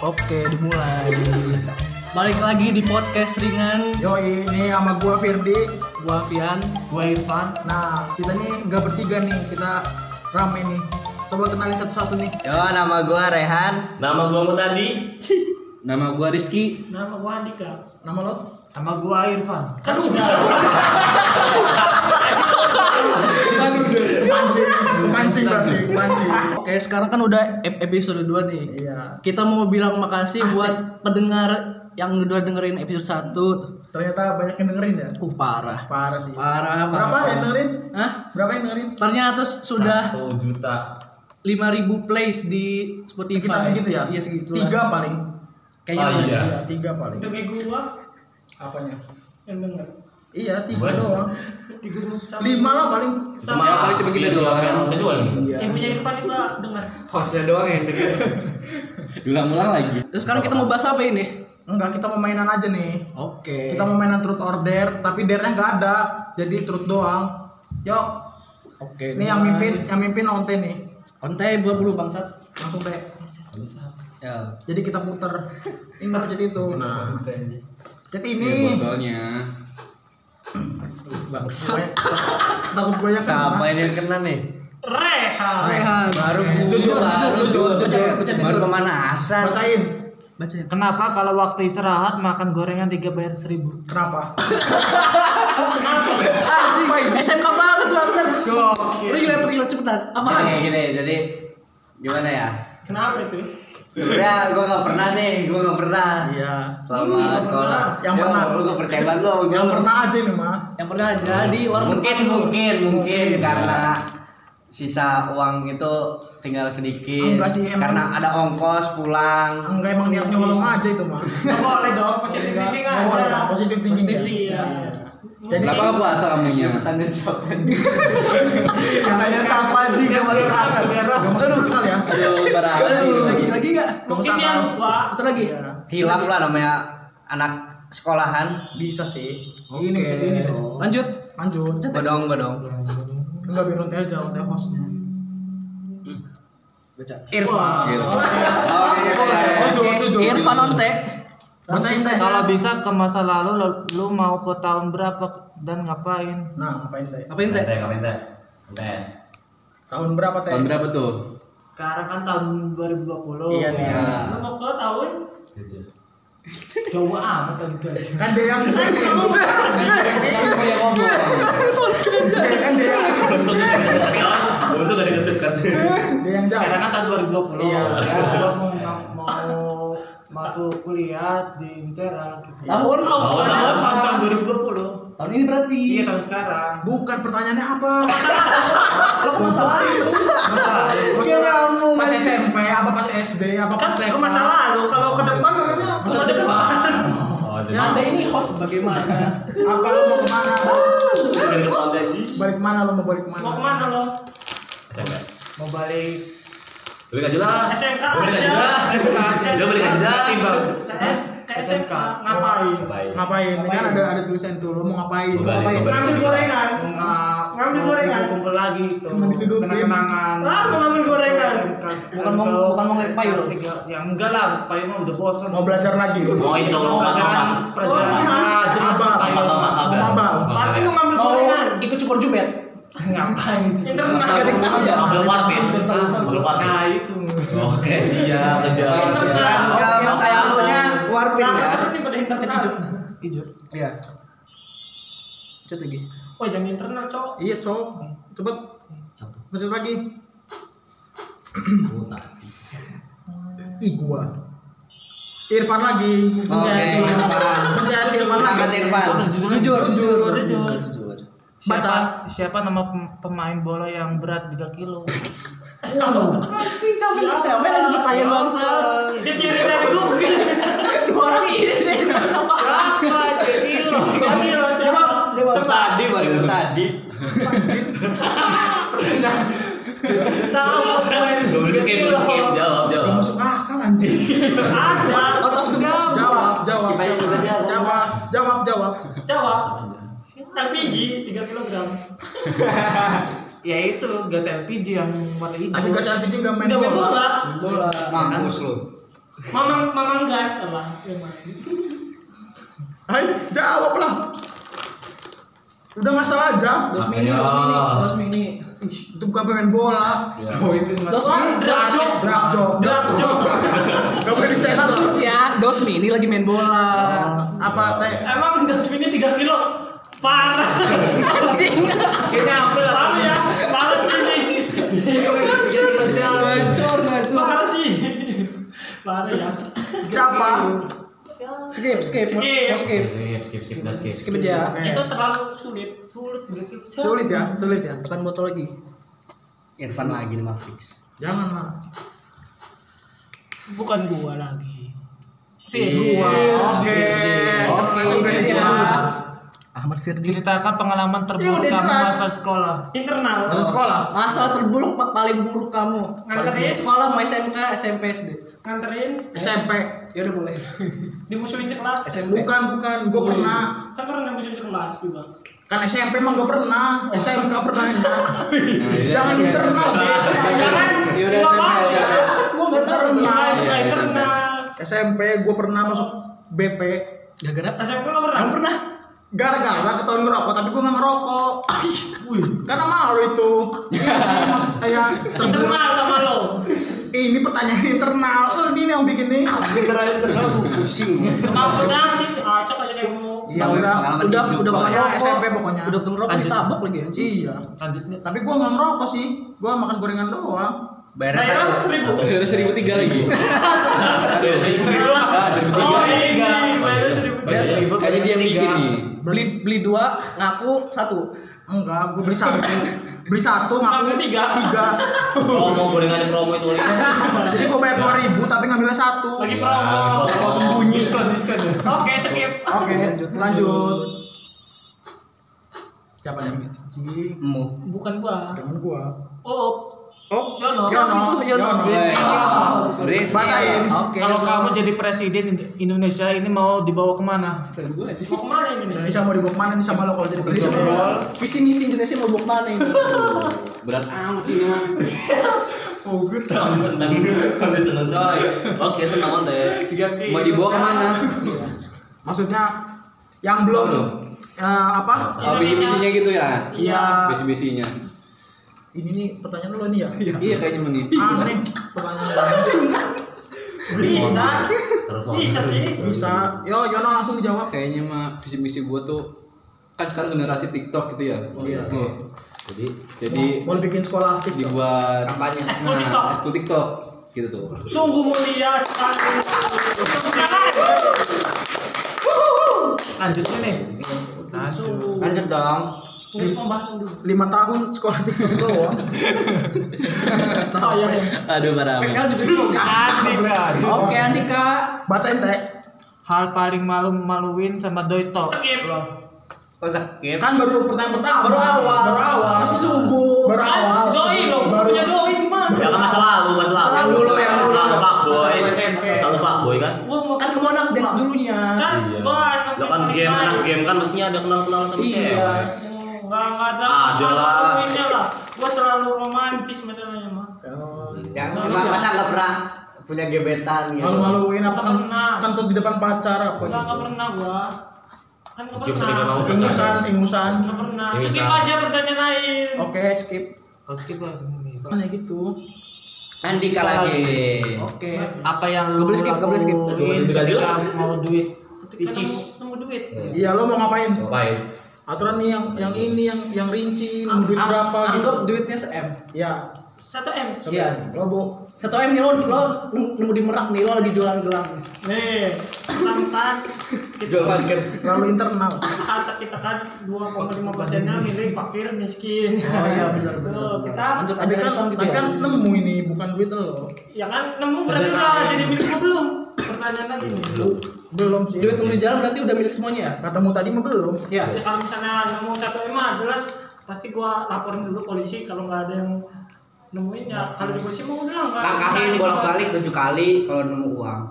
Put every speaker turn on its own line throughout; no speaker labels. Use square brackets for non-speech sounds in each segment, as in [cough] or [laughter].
Oke, dimulai. Balik lagi di podcast ringan
Yo ini sama gua Firdi.
gua Fian.
Gua Irfan.
Nah kita nih nggak bertiga nih kita rame nih. Coba kenalin satu-satu [laughs] nih.
Yo, nama gua Rehan.
Nama gua Mutadi.
Nama gua Rizky.
Nama gua Andika.
Nama lo?
Nama gua Irfan. Kan
Pancing, pancing berarti, pancing.
Oke, sekarang kan udah ep- episode 2 nih.
Iya.
Kita mau bilang makasih buat pendengar yang udah dengerin episode 1.
Ternyata banyak yang dengerin ya.
Uh, parah.
Parah sih.
Parah, parah.
Berapa yang dengerin?
Hah?
Berapa yang dengerin?
Ternyata sudah
ya? Satu juta.
5000 plays di Spotify.
Sekitar segitu ya?
Iya, segitu. lah.
Tiga paling.
Kayaknya
Oh,
masih.
iya.
Iya tiga paling.
itu kayak gua
Apanya?
yang denger.
Iya tiga
Waduh.
doang.
Di grup sama.
Lima lah paling.
sama
Cuma
paling cuma kita
video
doang.
Yang kedua lagi.
Iya.
ibunya Irfan juga denger.
Hostnya doang yang denger.
Diulang-ulang lagi.
Terus sekarang kita mau bahas apa ini?
Enggak kita mau mainan aja nih.
Oke.
Kita mau mainan truth or dare, tapi dare-nya nggak ada. Jadi truth doang. Yo,
Oke.
ini yang mimpin, yang mimpin onte nih.
Ontai berbulu bangsat.
Langsung teh.
Ya,
Jadi kita puter. Ini apa jadi itu? Nah, jadi ini.
Iya, Hmm. botolnya.
Bangsat.
Gua- ya kan? Nah, Takut gue yang
Siapa
kena.
ini yang kena nih?
nah,
Rehan.
Baru gua.
Ah, iya. jujur, percaya, percaya,
Baru
jujur.
pemanasan.
Bacain.
Bacain.
Kenapa kalau waktu istirahat makan gorengan tiga bayar seribu?
Kenapa?
Ah, SMK banget bangsat. Relate, relate cepetan. Apaan?
Gini, gini, jadi gimana ya?
Kenapa itu?
Sebenernya gua gak pernah nih, gua gak pernah
Iya.
selama sekolah.
Yang
Yo,
pernah.
Lu gak percaya banget lu.
Yang pernah aja nih mah.
Yang pernah jadi warung
mungkin
depan tuh.
mungkin mungkin karena sisa uang itu tinggal sedikit
Enggak sih, emang-
karena ada ongkos pulang
Enggak emang niatnya bolong aja itu mah.
Gak boleh dong, positif thinking
Boleh,
aja.
Positif tinggi.
Positif tinggi,
iya.
ya.
Jadi
puasa kamunya tanda jawaban
pertanyaan siapa sih gak masuk akal? Gak masuk akal ya.
aduh barang
Lagi lagi enggak?
Mungkin dia lupa.
Putar lagi.
Iya.
hilaf lah namanya anak sekolahan
Bisa sih. Oh, Ini ini dong.
Lanjut.
Lanjut.
bodong bodong
Enggak biar onte aja onte hostnya.
Baca.
Irfan Oh, iya,
Ojo, ojo, ojo.
Irfan Onte.
Bacain saya.
Kalau bisa ke masa lalu, lo- lu mau ke tahun berapa dan ngapain?
Nah, ngapain saya?
Apa ini teh?
Teh, kapan teh? Tes.
Tahun berapa teh?
berapa tuh
Sekarang kan tahun 2020.
Iya nih.
ya
Lu mau ke tahun? Gitu. Jauh amat tahun gajah.
Kan dia [laughs] yang
kan gue yang ngomong
Iya.
kan dia yang
Gua tuh gak deket-deket.
dia yang jawab.
Sekarang kan tahun 2020.
Iya.
Lu mau, mau masuk kuliah di Unsera gitu.
Tahun?
Oh, tahun, tahun, tahun 2020.
Tahun ini berarti.
Iya tahun sekarang.
Bukan pertanyaannya apa?
Kalau ke masa lalu.
Dia [laughs] Pas SMP apa pas SD apa pas TK?
masa lalu, kalau
ke depan sebenarnya
Masa depan.
Oh,
Ya, Anda ini host bagaimana?
apa lo mau kemana?
dari pantai sih.
Balik mana lo mau balik mana?
Mau kemana lo?
SMP.
Mau balik
Lu gak jelas.
SMK
Lu balik aja dah. Lu balik aja dah.
ke SMK ngapain?
Baik.
Ngapain? Ini kan ada ada tulisan tuh lo mau ngapain?
Gua balik,
Ngambil
gua balik.
gorengan. Ngambil gorengan.
kumpul lagi tuh
Cuma disudutin.
kenang-kenangan
Ah, mau ngambil gorengan.
Bukan mau bukan mau ngeliat payung.
tiga ya enggak lah payu mah udah bosen
Mau belajar lagi?
Mau itu mau
pelajaran
makan.
pelajaran
Oh,
ah, jelas
Abang,
payu
Apa apa apa?
Mau mabal.
Pasti lu ngambil
Mau
gorengan.
ikut cukur jubet.
ngapain itu
Internal.
Ambil warpin. Ambil warpin.
nah itu
Oke, siap. Jelas.
kan
Oke,
mas
oke,
ayamnya keluar
Nah,
pindah
seperti pada
Cek
internal.
hijau.
hijau
Iya. Cet lagi.
Oh, jangan internal, cowok.
Iya cowok. Cepet. Lanjut lagi. Ih gua. Irfan lagi.
oke Irfan.
Mencari Irfan lagi.
Angkat Irfan
Jujur, jujur.
siapa
Baca.
siapa nama pem- pemain bola yang berat 3 kilo
Anjing, siapa
Iya,
yang Kan siapa yang sebut tanya bangsa?
Dia ciri gitu, dari dulu.
Dua orang ini deh. Kenapa?
Tapi lo siapa?
Jawab, jawab.
tadi paling tadi
Tahu.
Lu kayak belum skip. Jawab,
Gak
jawab.
masuk akal anjing.
Ada.
Out of the box.
Jawab, jawab.
Skip aja dulu aja.
Jawab, jawab, jawab.
Jawab. LPG 3 kilogram.
[laughs] ya itu gas LPG yang warna hijau
Tapi gas LPG gak main
Enggak main
bola.
Bola.
bola.
mampus lu
Mamang Mamang gas apa? Yang mana?
Hai, jawab lah. Udah nggak salah jawab.
Dos mini, dos mini, dos mini.
Itu bukan pemain bola.
Oh itu Dos mini.
Drajo.
Drajo.
Drajo.
[laughs] Gak boleh disensor.
Maksudnya ya, dos mini lagi main bola.
Apa teh?
Emang dasminnya 3 kilo. Parah.
Anjing.
Kayaknya apel apa ya? Parah sih ini.
Ngacor, ngacor.
Parah sih. Parah ya.
Siapa?
Skip, skip, mau
Skip.
mau skip.
skip skip udah skip
Skip aja.
Itu terlalu sulit. Sulit gitu.
Sulit ya, sulit ya.
Bukan botol lagi.
Irfan lagi nih Matrix.
Jangan lah.
Bukan gua lagi.
Oke.
Oke, udah ya. Ahmad Firdi.
Ceritakan pengalaman terburuk
udah
kamu
jelas.
masa sekolah.
Internal.
Masuk sekolah.
Masalah terburuk pa- paling buruk kamu.
Nganterin.
Sekolah mau SMK, SMP, SD.
Nganterin
SMP.
Ya udah boleh.
dimusuhin di kelas.
SMP.
Bukan, bukan. Gue pernah.
Kan pernah musuhin di kelas juga.
Kan SMP emang gue pernah. SMK pernah. Jangan internal.
Jangan.
Ya udah SMP, SMP.
Gue nggak pernah.
Internal,
Iya,
internal.
SMP gue pernah masuk BP.
Gara-gara
SMP nggak Nah, pernah.
Emang Ya, pernah?
Gara-gara ketahuan ngerokok, tapi gue nggak ngerokok. Wih, karena malu Kan itu. Iya, Ini sih, Mas, kayak terburuk.
Internal sama lo.
Eh, Ini pertanyaan internal. Eh, ini yang bikin nih.
Generasi terlalu pusing.
Kemau pernah sih. Acok aja kayak mau.
Iya,
Ya udah,
Pengalaman
Udah,
hidup,
udah
Pak.
bukan rokok.
SMP pokoknya.
Udah bukan rokok
Lanjut.
ditabok lagi anjing.
Iya.
Lanjutnya.
Tapi gue nggak ngerokok sih. Gue makan gorengan doang.
Bayar
Bayar
satu.
seribu.
Iya, Udah 1003 lagi.
Oh ini bayar seribu.
Iya. Kayaknya dia yang bikin nih. Beli beli dua, ngaku satu.
Enggak, gue beli satu. beli satu,
Ngambil
ngaku
tiga.
tiga.
promo gorengan promo itu lagi
Jadi gue bayar dua ribu, tapi ngambilnya satu.
Lagi promo.
kalau sembunyi
Oke skip.
Oke,
Lanjut,
lanjut.
lanjut.
Siapa nih?
Emu.
Bukan gua.
Temen gue.
Oh.
Oh,
Yono.
Yono.
Yono.
Yono.
Rizky.
Rizky.
Bacain.
Oke.
Kalau kamu jadi presiden Ind- Indonesia ini mau dibawa kemana?
Mau kemana ini nih?
Indonesia Iya, mau dibawa kemana nih sama lo kalau jadi presiden?
visi misi Indonesia mau buat mana ini?
berat amat sih ini mah oh gue tahu seneng habis seneng coy oke seneng banget ya
Mau dibawa kemana?
Maksudnya yang belum
Belum.
eh, apa?
Oh, visi misinya gitu ya?
Iya.
Visi misinya.
Ini nih pertanyaan lo nih ya.
Iya kayaknya meni.
Ah, nih pertanyaan lo.
Bisa.
Terus
Bisa sih.
Bisa. Yo, Yono langsung dijawab.
Kayaknya mah visi misi gua tuh kan sekarang generasi TikTok gitu ya. Tuh.
jadi
Jadi
Mau bikin sekolah aktif.
dibuat
Kampanye.
Eskul TikTok.
nah, eskul TikTok gitu tuh.
Sungguh mulia sekali.
Lanjutnya nih.
Oh,
Lanjut.
Lanjut dong.
iya.
Lima tahun sekolah TikTok doang.
Aduh parah. PKL juga TikTok. Oke Andika.
Bacain teh.
Hal paling malu maluin sama doi Tok.
Skip.
Kok sakit?
Kan baru pertanyaan pertama.
Baru awal.
Baru awal.
Masih subuh.
Baru awal.
Kan doi lo.
Baru
Punya doi gimana?
ya kan masa lalu masa lalu
Masa lalu, yang dulu.
selalu pak boy selalu pak boy kan
Gua mau
Kan kamu anak dance dulunya.
Kan gua anak ya.
lo kan
paling
game
baik.
anak game kan mestinya ada kenal kenal sama
Iya.
cewek.
Enggak, enggak ada.
Ah,
Ada
Ada
lah.
poinnya lah. Gua selalu romantis masalahnya mah.
Yang emang Ya, masa nggak pernah punya gebetan gitu.
Malu-maluin apa Iya, kan?
Pernah.
Kan tuh di depan pacar apa?
Enggak, enggak pernah gua. Kan enggak
Cium
pernah.
ketika kamu
Ingusan, ingusan.
Enggak pernah.
Ini
Skip
bisa.
aja pertanyaan lain.
Oke, skip.
Kalau skip lah ini.
Kan ya gitu.
Andika lagi.
Oke.
Apa yang
Gak
lu
boleh skip, gak boleh skip.
lakuin ketika mau duit?
Ketika nemu, nemu duit.
Hmm.
Iya, lo mau ngapain?
ngapain
Aturan nih yang yang ini yang yang rinci, nemu duit berapa gitu.
Anggap duitnya se M.
Ya,
1M.
Iya.
lo bu.
Satu M nih lo lo nemu di merak nih lo lagi jualan gelang.
Nih, tantan kita kan
Jual basket.
Terlalu internal.
kata kita kan 2,5 persennya milik fakir miskin.
Oh iya, benar, benar,
Tuh,
benar.
Kita
Lanjut
Tapi
aja
kan,
langsung gitu
tapi
ya.
kan nemu ini bukan duit lo.
ya kan nemu berarti udah
ya.
jadi milik gua belum. Pertanyaan lagi nih.
Belum sih.
Duit nemu di jalan berarti udah milik semuanya ya?
Katamu tadi mah belum.
Iya.
Ya kalau misalnya nemu satu emang jelas pasti gua laporin dulu polisi kalau nggak ada yang nemuin ya kalau di polisi mau bilang nggak
Langkahin
bisa
bolak-balik tujuh kali kalau nemu uang.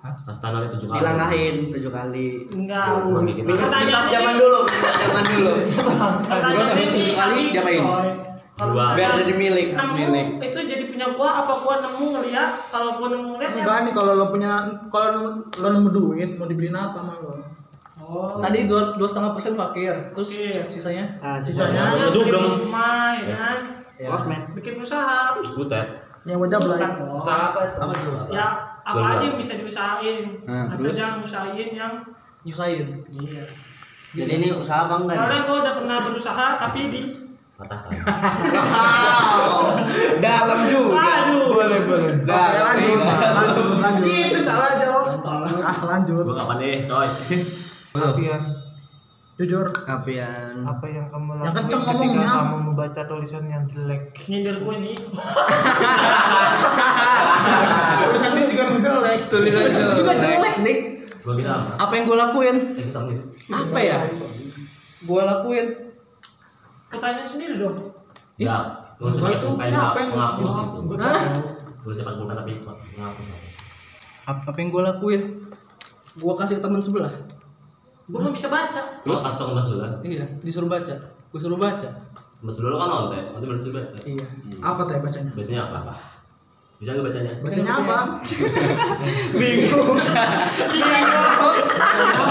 pas tanah itu juga
"Ah,
Dilangkahin tujuh kali.
enggak
Kurang dikit.
Ya, Pertanyaan
Mitos
ini-
zaman dulu, mitos zaman dulu.
Terus
pertanyaan
habis
ini
tujuh kali
anjing,
diapain?
coy. Kalau
Dua.
misalkan
Biar jadi milik, hak
nemu,
milik.
Itu jadi punya gua apa gua nemu ngeliat? Kalau gua nemu ngeliat ya.
Enggak nih kalau lo punya kalau lo- lo nemu duit mau dibeliin apa sama lo?
Oh.
Tadi dua dua setengah persen fakir, terus
Iya.
sisanya
Ah,
Sisanya
Misalnya
Itu
beli
gem.
rumah, ya kan?
Kosmet.
Bikin usaha.
butet
nyewa jablay.
Usaha apa itu?
apa tuh?
Ya apa
Jual
aja yang bisa diusahain.
Nah,
Asal
terus?
jangan usahain yang
Nyusahin.
Iya.
Jadi ini usaha apa enggak? nih?
soalnya gua udah pernah berusaha tapi di
patah
Dalam juga.
aduh
Boleh boleh.
Nah,
Oke, lanjut, lanjut, lanjut.
Itu salah jawab.
Ah lanjut.
gue kapan deh coy
Alfian,
Jujur.
Kapian.
apa yang kamu
Yang
lakukan
kenceng
ketika
ngomongnya.
kamu membaca tulisan yang jelek?
nyindir gua nih
Ah.
Tulisan ini juga jelek.
Tulisan
Juga
jelek.
jelek nih.
gue bilang apa
Apa yang gue lakuin?
eh gue sama gitu
Apa ya? Gue lakuin.
pertanyaan sendiri dong
Is-
enggak gue
Gua itu siapa yang
menghapus itu
Hah?
gue sepak bola tapi menghapus hapus.
Apa apa yang gue lakuin? Gue kasih ke teman sebelah.
gua nggak bisa baca
terus pas tahun kelas dulu kan
Iya, disuruh baca. Gue suruh baca.
kelas dulu kan lonte nanti baru sih baca
Iya.
Apa tadi bacanya?
bacanya apa apa bisa nggak bacanya
Bacanya apa?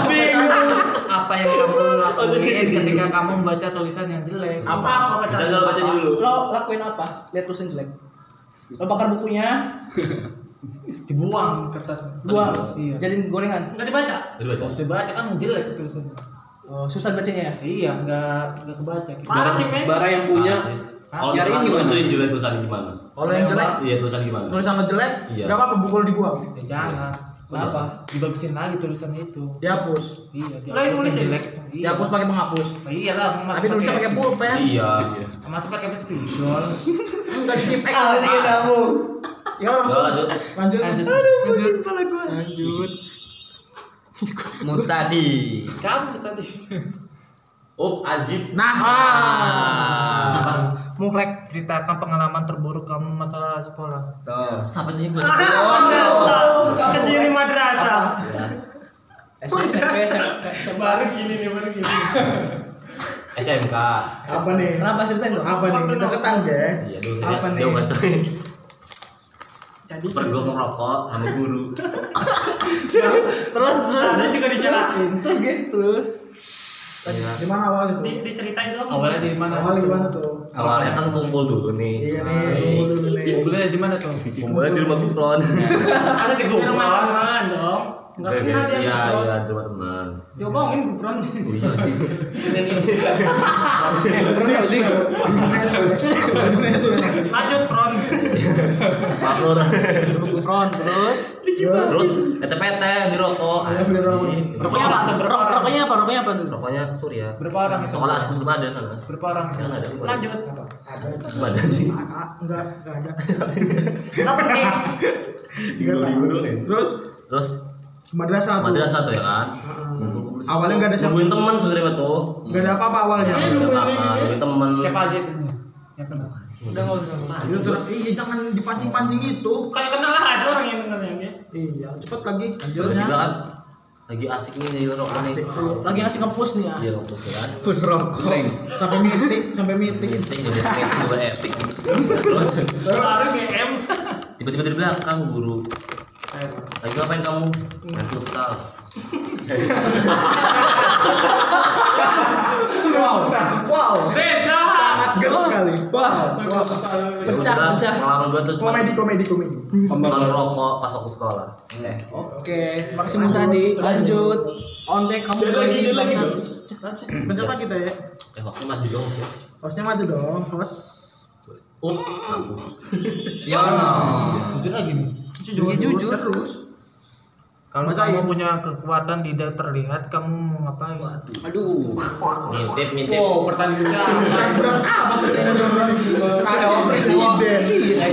Apa yang kamu
Oh, iya.
lakuin ketika kamu membaca tulisan yang jelek?
apa apa baca
bisa nggak lo bacanya dulu
Lo lakuin apa? Lihat tulisan jelek. Lo bakar bukunya,
Dibuang kertas.
gua
Iya.
jadiin gorengan.
nggak dibaca
jadi baca
Terus dibaca kan jelek tulisannya.
Oh, susah bacanya ya?
Iya, nggak nggak kebaca. Gitu.
parah sih men
Bara yang punya
Parah sih. kalau
Nyariin
misalkan lo
gimana?
tuh jelek tulisannya gimana
Kalau yang jelek,
iya tulisan gimana
tulisan lo jelek,
Iya.
gak apa-apa bukul di gua.
Ya, jangan.
Kenapa?
Dibagusin lagi tulisan itu.
Dihapus.
Iya,
Lo yang
dihapus
nulis
yang
ya?
jelek. Iya.
Dihapus pakai penghapus.
Iya lah,
Tapi tulisnya pakai pulpen.
iya
Masuk pakai spidol.
Enggak di keep.
Ah, ini kamu.
Ya orang
udah lanjut
lanjut.
Lanjut.
pusing kepala gua.
[laughs]
Lanjut.
Mutadi.
Kamu tadi.
up ajib
Nah,
Murek, Ah. ceritakan pengalaman terburuk kamu masalah sekolah.
Tuh.
Siapa aja gue?
madrasah kecil di madrasah
SD, SMP, SMP, SMP.
gini nih baru gini
SMK
apa nih?
Kenapa ceritain dong?
Apa nih? Deketan ya.
iya dulu
Apa nih?
jauh kan coy
jadi
pergok ngerokok sama guru
terus terus terus
Ada juga dijelasin.
terus gitu terus
Iya.
Gimana awal itu?
Di- diceritain dong
Awalnya di mana?
Awal gimana tuh?
awalnya kan kumpul dulu nih
Iya nih, bukul dulu nih.
Kumpulnya di mana tuh?
kumpulnya di rumah Gufron
Ada di
gitu,
di
Google.
rumah teman dong nggak
Iya,
pernah dia
iya
ngobrol.
iya di rumah teman
diomongin gubron
oh iya
pernah sih
lanjut pron
Pak Nur.
gue front terus
terus ETPT di rokok
rokoknya apa Rok- rokoknya apa rokoknya apa tuh
rokoknya Surya
Berapa orang itu?
sekolah sebelum ada sana
Berapa orang?
sekarang ada Belum
lanjut
ada sih
Enggak, enggak ada.
nggak penting
dua ribu doang ya
Terus
terus
madrasah tuh.
madrasah tuh ya kan
Awalnya nggak ada siapa-
nungguin teman sebenarnya tuh
Enggak ada apa-apa awalnya.
nungguin apa nungguin teman
Siapa aja itu? Yang kenal.
udah nggak usah nggak usah.
Itu ter- iya jangan dipancing-pancing itu.
kayak kenal lah ada orang yang ya. kenal yang dia
Iya, cepet lagi.
Tiba-tiba
Lanjutnya.
kan lagi asik nih jadi rokok nih
lagi ngasih kampus nih ya
iya kampus ya kan
Terus rokok. Sampai meeting, sampai meeting.
penting jadi penting gue epic terus
baru GM
tiba-tiba dari belakang guru lagi ngapain kamu main futsal
Wow.
beda
Sangat gemes sekali. Wah, wah.
Ya
Pecah,
udah,
pecah.
pengalaman gue tuh cuma
Komedi, komedi, komedi.
pengalaman rokok pas waktu sekolah eh
oke terima kasih Bung tadi lanjut ontek kamu lagi bangsat.
Bentar kita ya.
eh waktu maju dong sih
Hostnya maju dong, host.
um mampus
Ya no.
Jujur lagi nih.
Iya, jujur
Terus.
Kalau
Bacain.
ya.
kamu punya kekuatan tidak terlihat, kamu mau ngapain?
aduh
ngintip ngintip
Oh,
Wow, pertanyaan
Berat apa pertanyaan berat
Cowok presiden.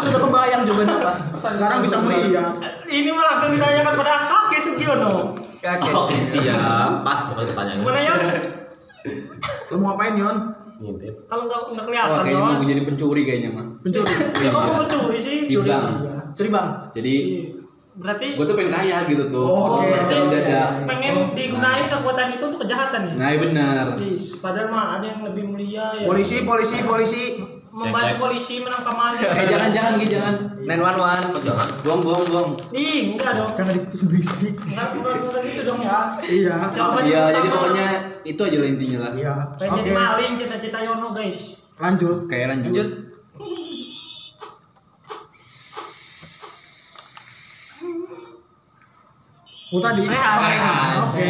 sudah kebayang jawaban apa
Sekarang bisa meriah.
ini mah langsung ditanyakan pada Hake Sugiono
Kakek.
oke Oh, siap pas pokoknya pertanyaannya
gimana ya
Lu mau ngapain, Yon?
ngintip
kalau nggak nggak
Oh,
kelihatan
kan,
dong
Oh, jadi pencuri kayaknya mah
Pencuri.
kok mau curi sih Iya.
di bank
curi bang
jadi
berarti
gue tuh pengen kaya gitu tuh
Oh,
Secara
berarti
mendadak.
pengen digunain kekuatan itu untuk kejahatan ya
nah iya benar
Ih, padahal malah ada yang lebih mulia ya
Polisi, polisi, polisi.
membantu polisi menangkap
[laughs]
maling
eh jangan jangan gitu jangan
911
Kok jangan?
bohong bohong bohong
ih enggak dong
Jangan diputus bisik.
enggak enggak enggak gitu dong ya
Iya.
Siapa
iya
yang pertama
jadi pokoknya itu aja lah intinya lah
Iya.
pengen
Oke.
jadi maling cita-cita Yono guys
Lanjut.
kayak lanjut
Oh tadi.
Rehan.
Oke.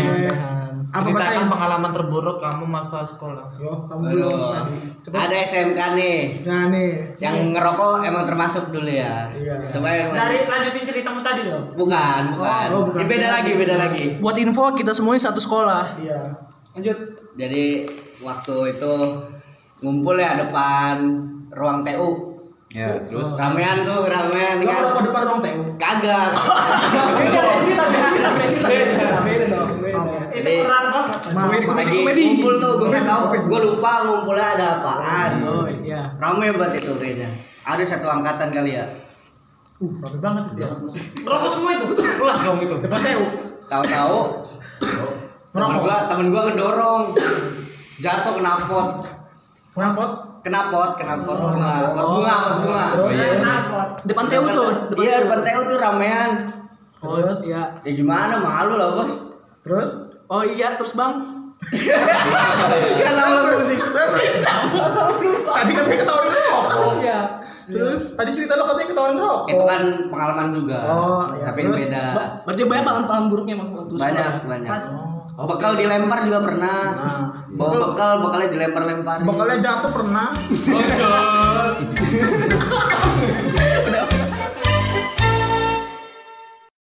Apa bahasa
Ceritakan
yang?
pengalaman terburuk kamu masa sekolah.
Yo, kamu
Halo.
belum tadi.
Ada SMK nih.
Nah nih.
Yang ngerokok emang termasuk dulu ya.
Iya.
Coba yang
dari lanjutin ceritamu tadi dong
bukan, bukan.
Oh, bukan.
Ini beda lagi, beda lagi.
Buat info kita semuanya satu sekolah.
Iya.
Lanjut.
Jadi waktu itu ngumpul ya depan ruang TU.
ya terus
Ramean tuh,
Oh.
ramean
Lo
kan.
kalau ke depan ruang TU. [laughs]
Kagak.
itu
Jadi-
keren banget
Maaf,
Lagi ngumpul tuh, gue nggak tahu. Gue lupa ngumpulnya ada apaan.
Oh iya.
Rame banget itu kayaknya. Ada satu angkatan kali ya.
Uh, rame banget itu ya.
rokok semua itu
Kelas dong itu.
Depan TU.
Tahu-tahu temen
Merokok.
gua, temen gua ngedorong. Jatuh kenapot.
Kenapot.
Kenapot, kenapot bunga. Pot bunga, pot bunga.
oh iya
transport
Depan TU tuh. Depan
Iya,
TU.
depan TU tuh ramean.
Oh iya.
Ya gimana malu lah, Bos.
Terus.
Oh iya, terus Bang.
Kan malu musik.
Tadi katanya ketahuan
Oh,
rokok. Iya. Terus tadi cerita lo katanya ketahuan rokok.
Itu kan pengalaman juga.
Oh, iya.
Tapi ini
Terus,
beda.
Berarti banyak pengalaman buruknya Bang waktu sekolah.
Nah. Banyak, banyak. Bekal dilempar juga pernah. Bawa bekal, bekalnya dilempar-lempar.
Bekalnya jatuh pernah.
Udah.